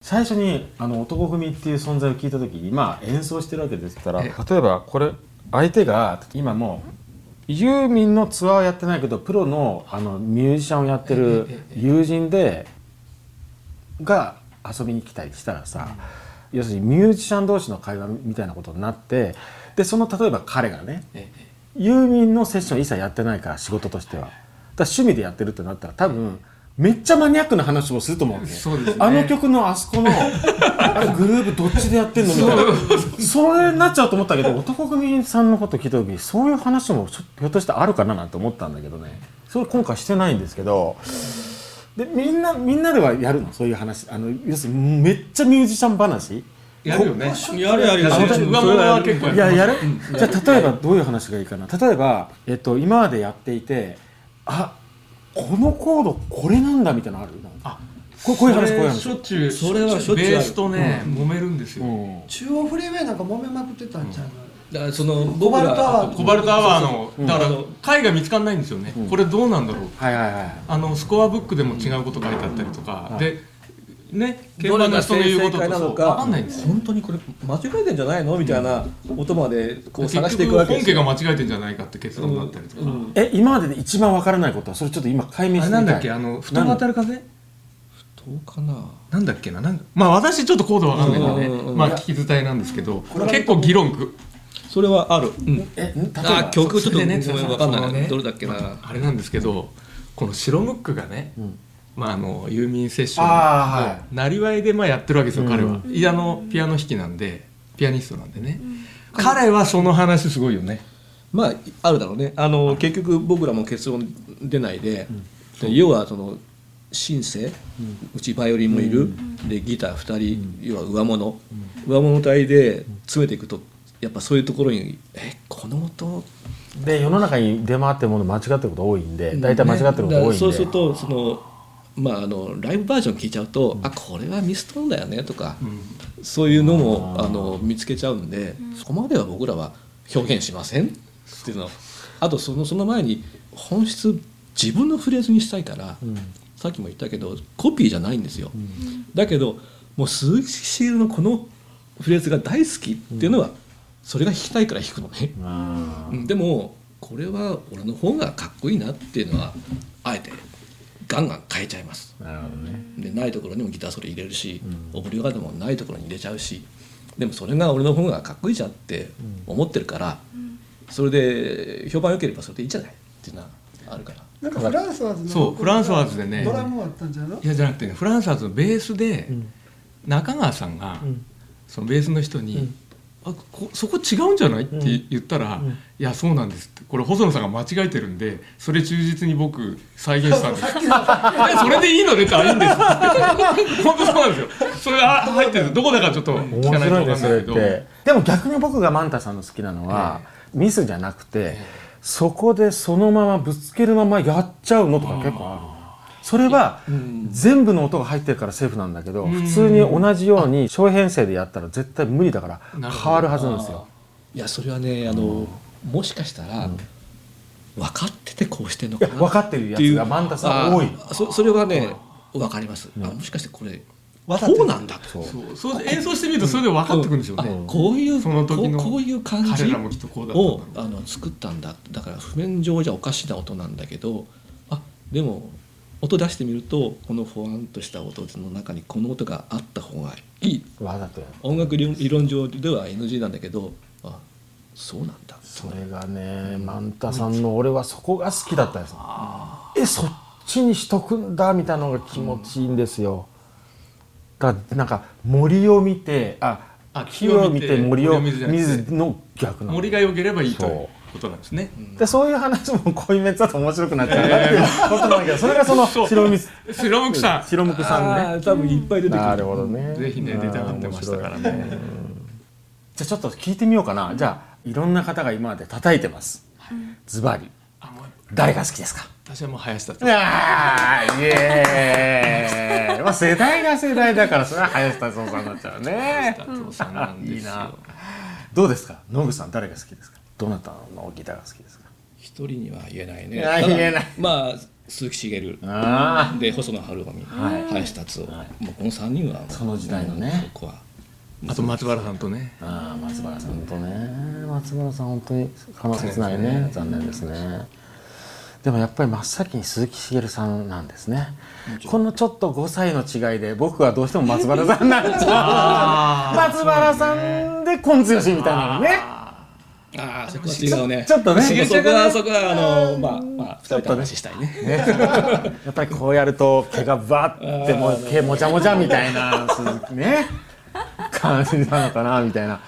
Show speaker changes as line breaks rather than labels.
最初にあの男組っていう存在を聞いた時にまあ演奏してるわけですから
え
例えばこれ相手が今もうユーミンのツアーはやってないけどプロのあのミュージシャンをやってる
ええええ
友人でが遊びに来たりしたらさ、要するにミュージシャン同士の会話みたいなことになってでその例えば彼がね
ええ
ユーミンのセッション一切やってないから仕事としてはだから趣味でやってるってなったら多分めっちゃマニアックな話をすると思うわけ
そうですね
あの曲のあそこのあれグルーブどっちでやってんのみたいなそれになっちゃうと思ったけど男組さんのこと聞いた時にそういう話もちょひょっとしてあるかななんて思ったんだけどねそれ今回してないんですけどでみんなみんなではやるのそういう話あの要するにめっちゃミュージシャン話
やるよね
やるやるや
あ
る
本当に上物は結構
いややるじゃあ例えばどういう話がいいかな例えば、えっと、今までやっていてあこのコードこれなんだみたいなのあるなんか
あ
ここういう話
それ
こういう話
しょっちゅう
それはしょっちゅうある
ベースとね、揉めるんですよ、
うん
中央フリーウェイなんか揉めまくってたんちゃうの、
だからその
コ
僕
バルトア
ら
ワー
コバルトアワーの、
ん
だから貝が見つかんないんですよね、これどうなんだろう
はいはいはい
あのスコアブックでも違うこと書いてあったりとか、
うん
でね鍵
どれ
盤の
が
人の
正
言うこ
正
と
解な
と
の
分
か
かんないんですよ
本当にこれ間違えてんじゃないのみたいな音までこう探し
結
ていく
局
わけ
本
です
家
よ
が間違えてんじゃないかって結論になったりとか、
うんうん
え今までで一番わからないことはそれちょっと今解明
あ
してみた
れないんだっけあの布団が当たる風
どうかな
なんだっけななんかまあ私ちょっとコードわかんないからね、
うんうんうん
まあ聞き伝えなんですけど結構議論く
それはある、うん、
えん例えば
あ曲ちょっとごめん
それでね
分かん
そ
な
の
い、
ね
どれだっけな、
あれなんですけどこの白ムックがね、
ん
まあ、あのユーミンセッション
あーはい
なりわいでまあやってるわけですよ、
うん
彼はピアノピアノ弾きなんでピアニストなんでね、彼はその話すごいよね
まああるだろうねあの結局僕らも結論出ないで,、で要はそのシンセ、うちバイオリンもいる、でギター2人、要は上物、上物体で詰めていくとやっぱそういうところに「えこの音
で世の中に出回ってるもの間違ってること多いんで大体間違ってること
ねだか
多いん
ら
で
そうするとそのまああのライブバージョン聞いちゃうと、あこれはミストーンだよねとか、そういうのもあの見つけちゃうんで、そこまでは僕らは表現しませんっていうのあとそのその前に本質自分のフレーズにしたいから、さっきも言ったけどコピーじゃないんですよ、だけどもう鈴木シールのこのフレーズが大好きっていうのは、それが弾きたいから弾くのね、
うん
うんでもこれは俺の方がかっこいいなっていうのはあえてガンガン変えちゃいます
なるほどね
でないところにもギターソロ入れるし、オブリオガードもないところに入れちゃうしでもそれが俺の方がかっこいいじゃんって思ってるから、それで評判良ければそれでいいじゃないっていうのはあるから
なんかフランスワーズの
そうフランスワーズでね
ドラムもあったんじゃろ
いやじゃなくてねフランサーズのベースで
ん
中川さんが、
ん
そのベースの人に「あこそこ違うんじゃない?」って言ったら「
ん
いやそうなんです」ってこれ細野さんが間違えてるんでそれ忠実に僕再現したん です。えそれでいいのねってあいいんですって。本当そうなんですよ。 それが入ってるどこだかちょっと聞
面
かな
白
いと
い
分
で
か
す
んない
ね
け
そ
ど。
れってでも逆に僕がマンタさんの好きなのは、ミスじゃなくて、そこでそのままぶつけるままやっちゃうのとか結構あるそれは全部の音が入ってるからセーフなんだけど、普通に同じように小編成でやったら絶対無理だから
なるほど
変わるはずなんですよ
いやそれはねあの、もしかしたら、分かっててこうしてんの
い
か
や
な
分かってるやつがマンタさん多い
あそそれはね分かります、あもしかしてこれこうなんだ
そう
そうそう演奏してみるとそれで分かってくるんでしょうね。
あこういう
その時の
こうこういう感じ
彼らもきっとこうだったんだろう
をあの作ったんだだから譜面上じゃおかしな音なんだけどあでも音出してみるとこのほわんとした音の中にこの音があった方がいい
わざとやる
音楽理論理論上では NG なんだけどあそうなんだ
それがねマンタさんの俺はそこが好きだったんですよえそっちにしとくんだみたいなのが気持ちいいんですよ、だからなんか森を見てあ
あ
木を見て
木を見て
森を見
森を見るじゃなくて
ずの逆なの
森が良ければいいということなんですね。
でそういう話も恋滅だと面白くなっちゃうなっていうことなんだけどそれがその
そう
白む
白むくさん
白むくさんね
あー多分いっぱい出てくる
なるほどね
ぜひね出たがってましたから
あー面白い
ね。
じゃあちょっと聞いてみようかなじゃあいろんな方が今まで叩いてますズバリ
あもう
誰が好きですか
私はもう林田と。
ああ、イエーイ。まあ世代が世代だからそれは林田壮さんになっちゃうね。
達夫さんなんですよ。
いいなどうですか、野口さん誰が好きですか。どなたのギターが好きですか。
一人には言えないね
いや
ただ
言えない
まあ鈴木茂
あ
で細野晴臣、
はい
林達夫、
はい
もうこの3人はもう
その時代のね
もうそこは
あと松原さんとね
あああ松原さんとね松原さん本当に話せないね残念ですねでもやっぱり真っ先に鈴木茂さんなんですねこのちょっと5歳の違いで僕はどうしても松原さんになっちゃう松原さんで根強しみたいなのね
ああそこは違うね
ちょっとね
そこそこ
ちょっと
は
ね
そこはあのまあまあ2
ち
人
ょっ
で
とね
話したいね
ね やっぱりこうやると毛がバッてもう毛もじゃもじゃみたいな鈴木ね感じなのかなみたいな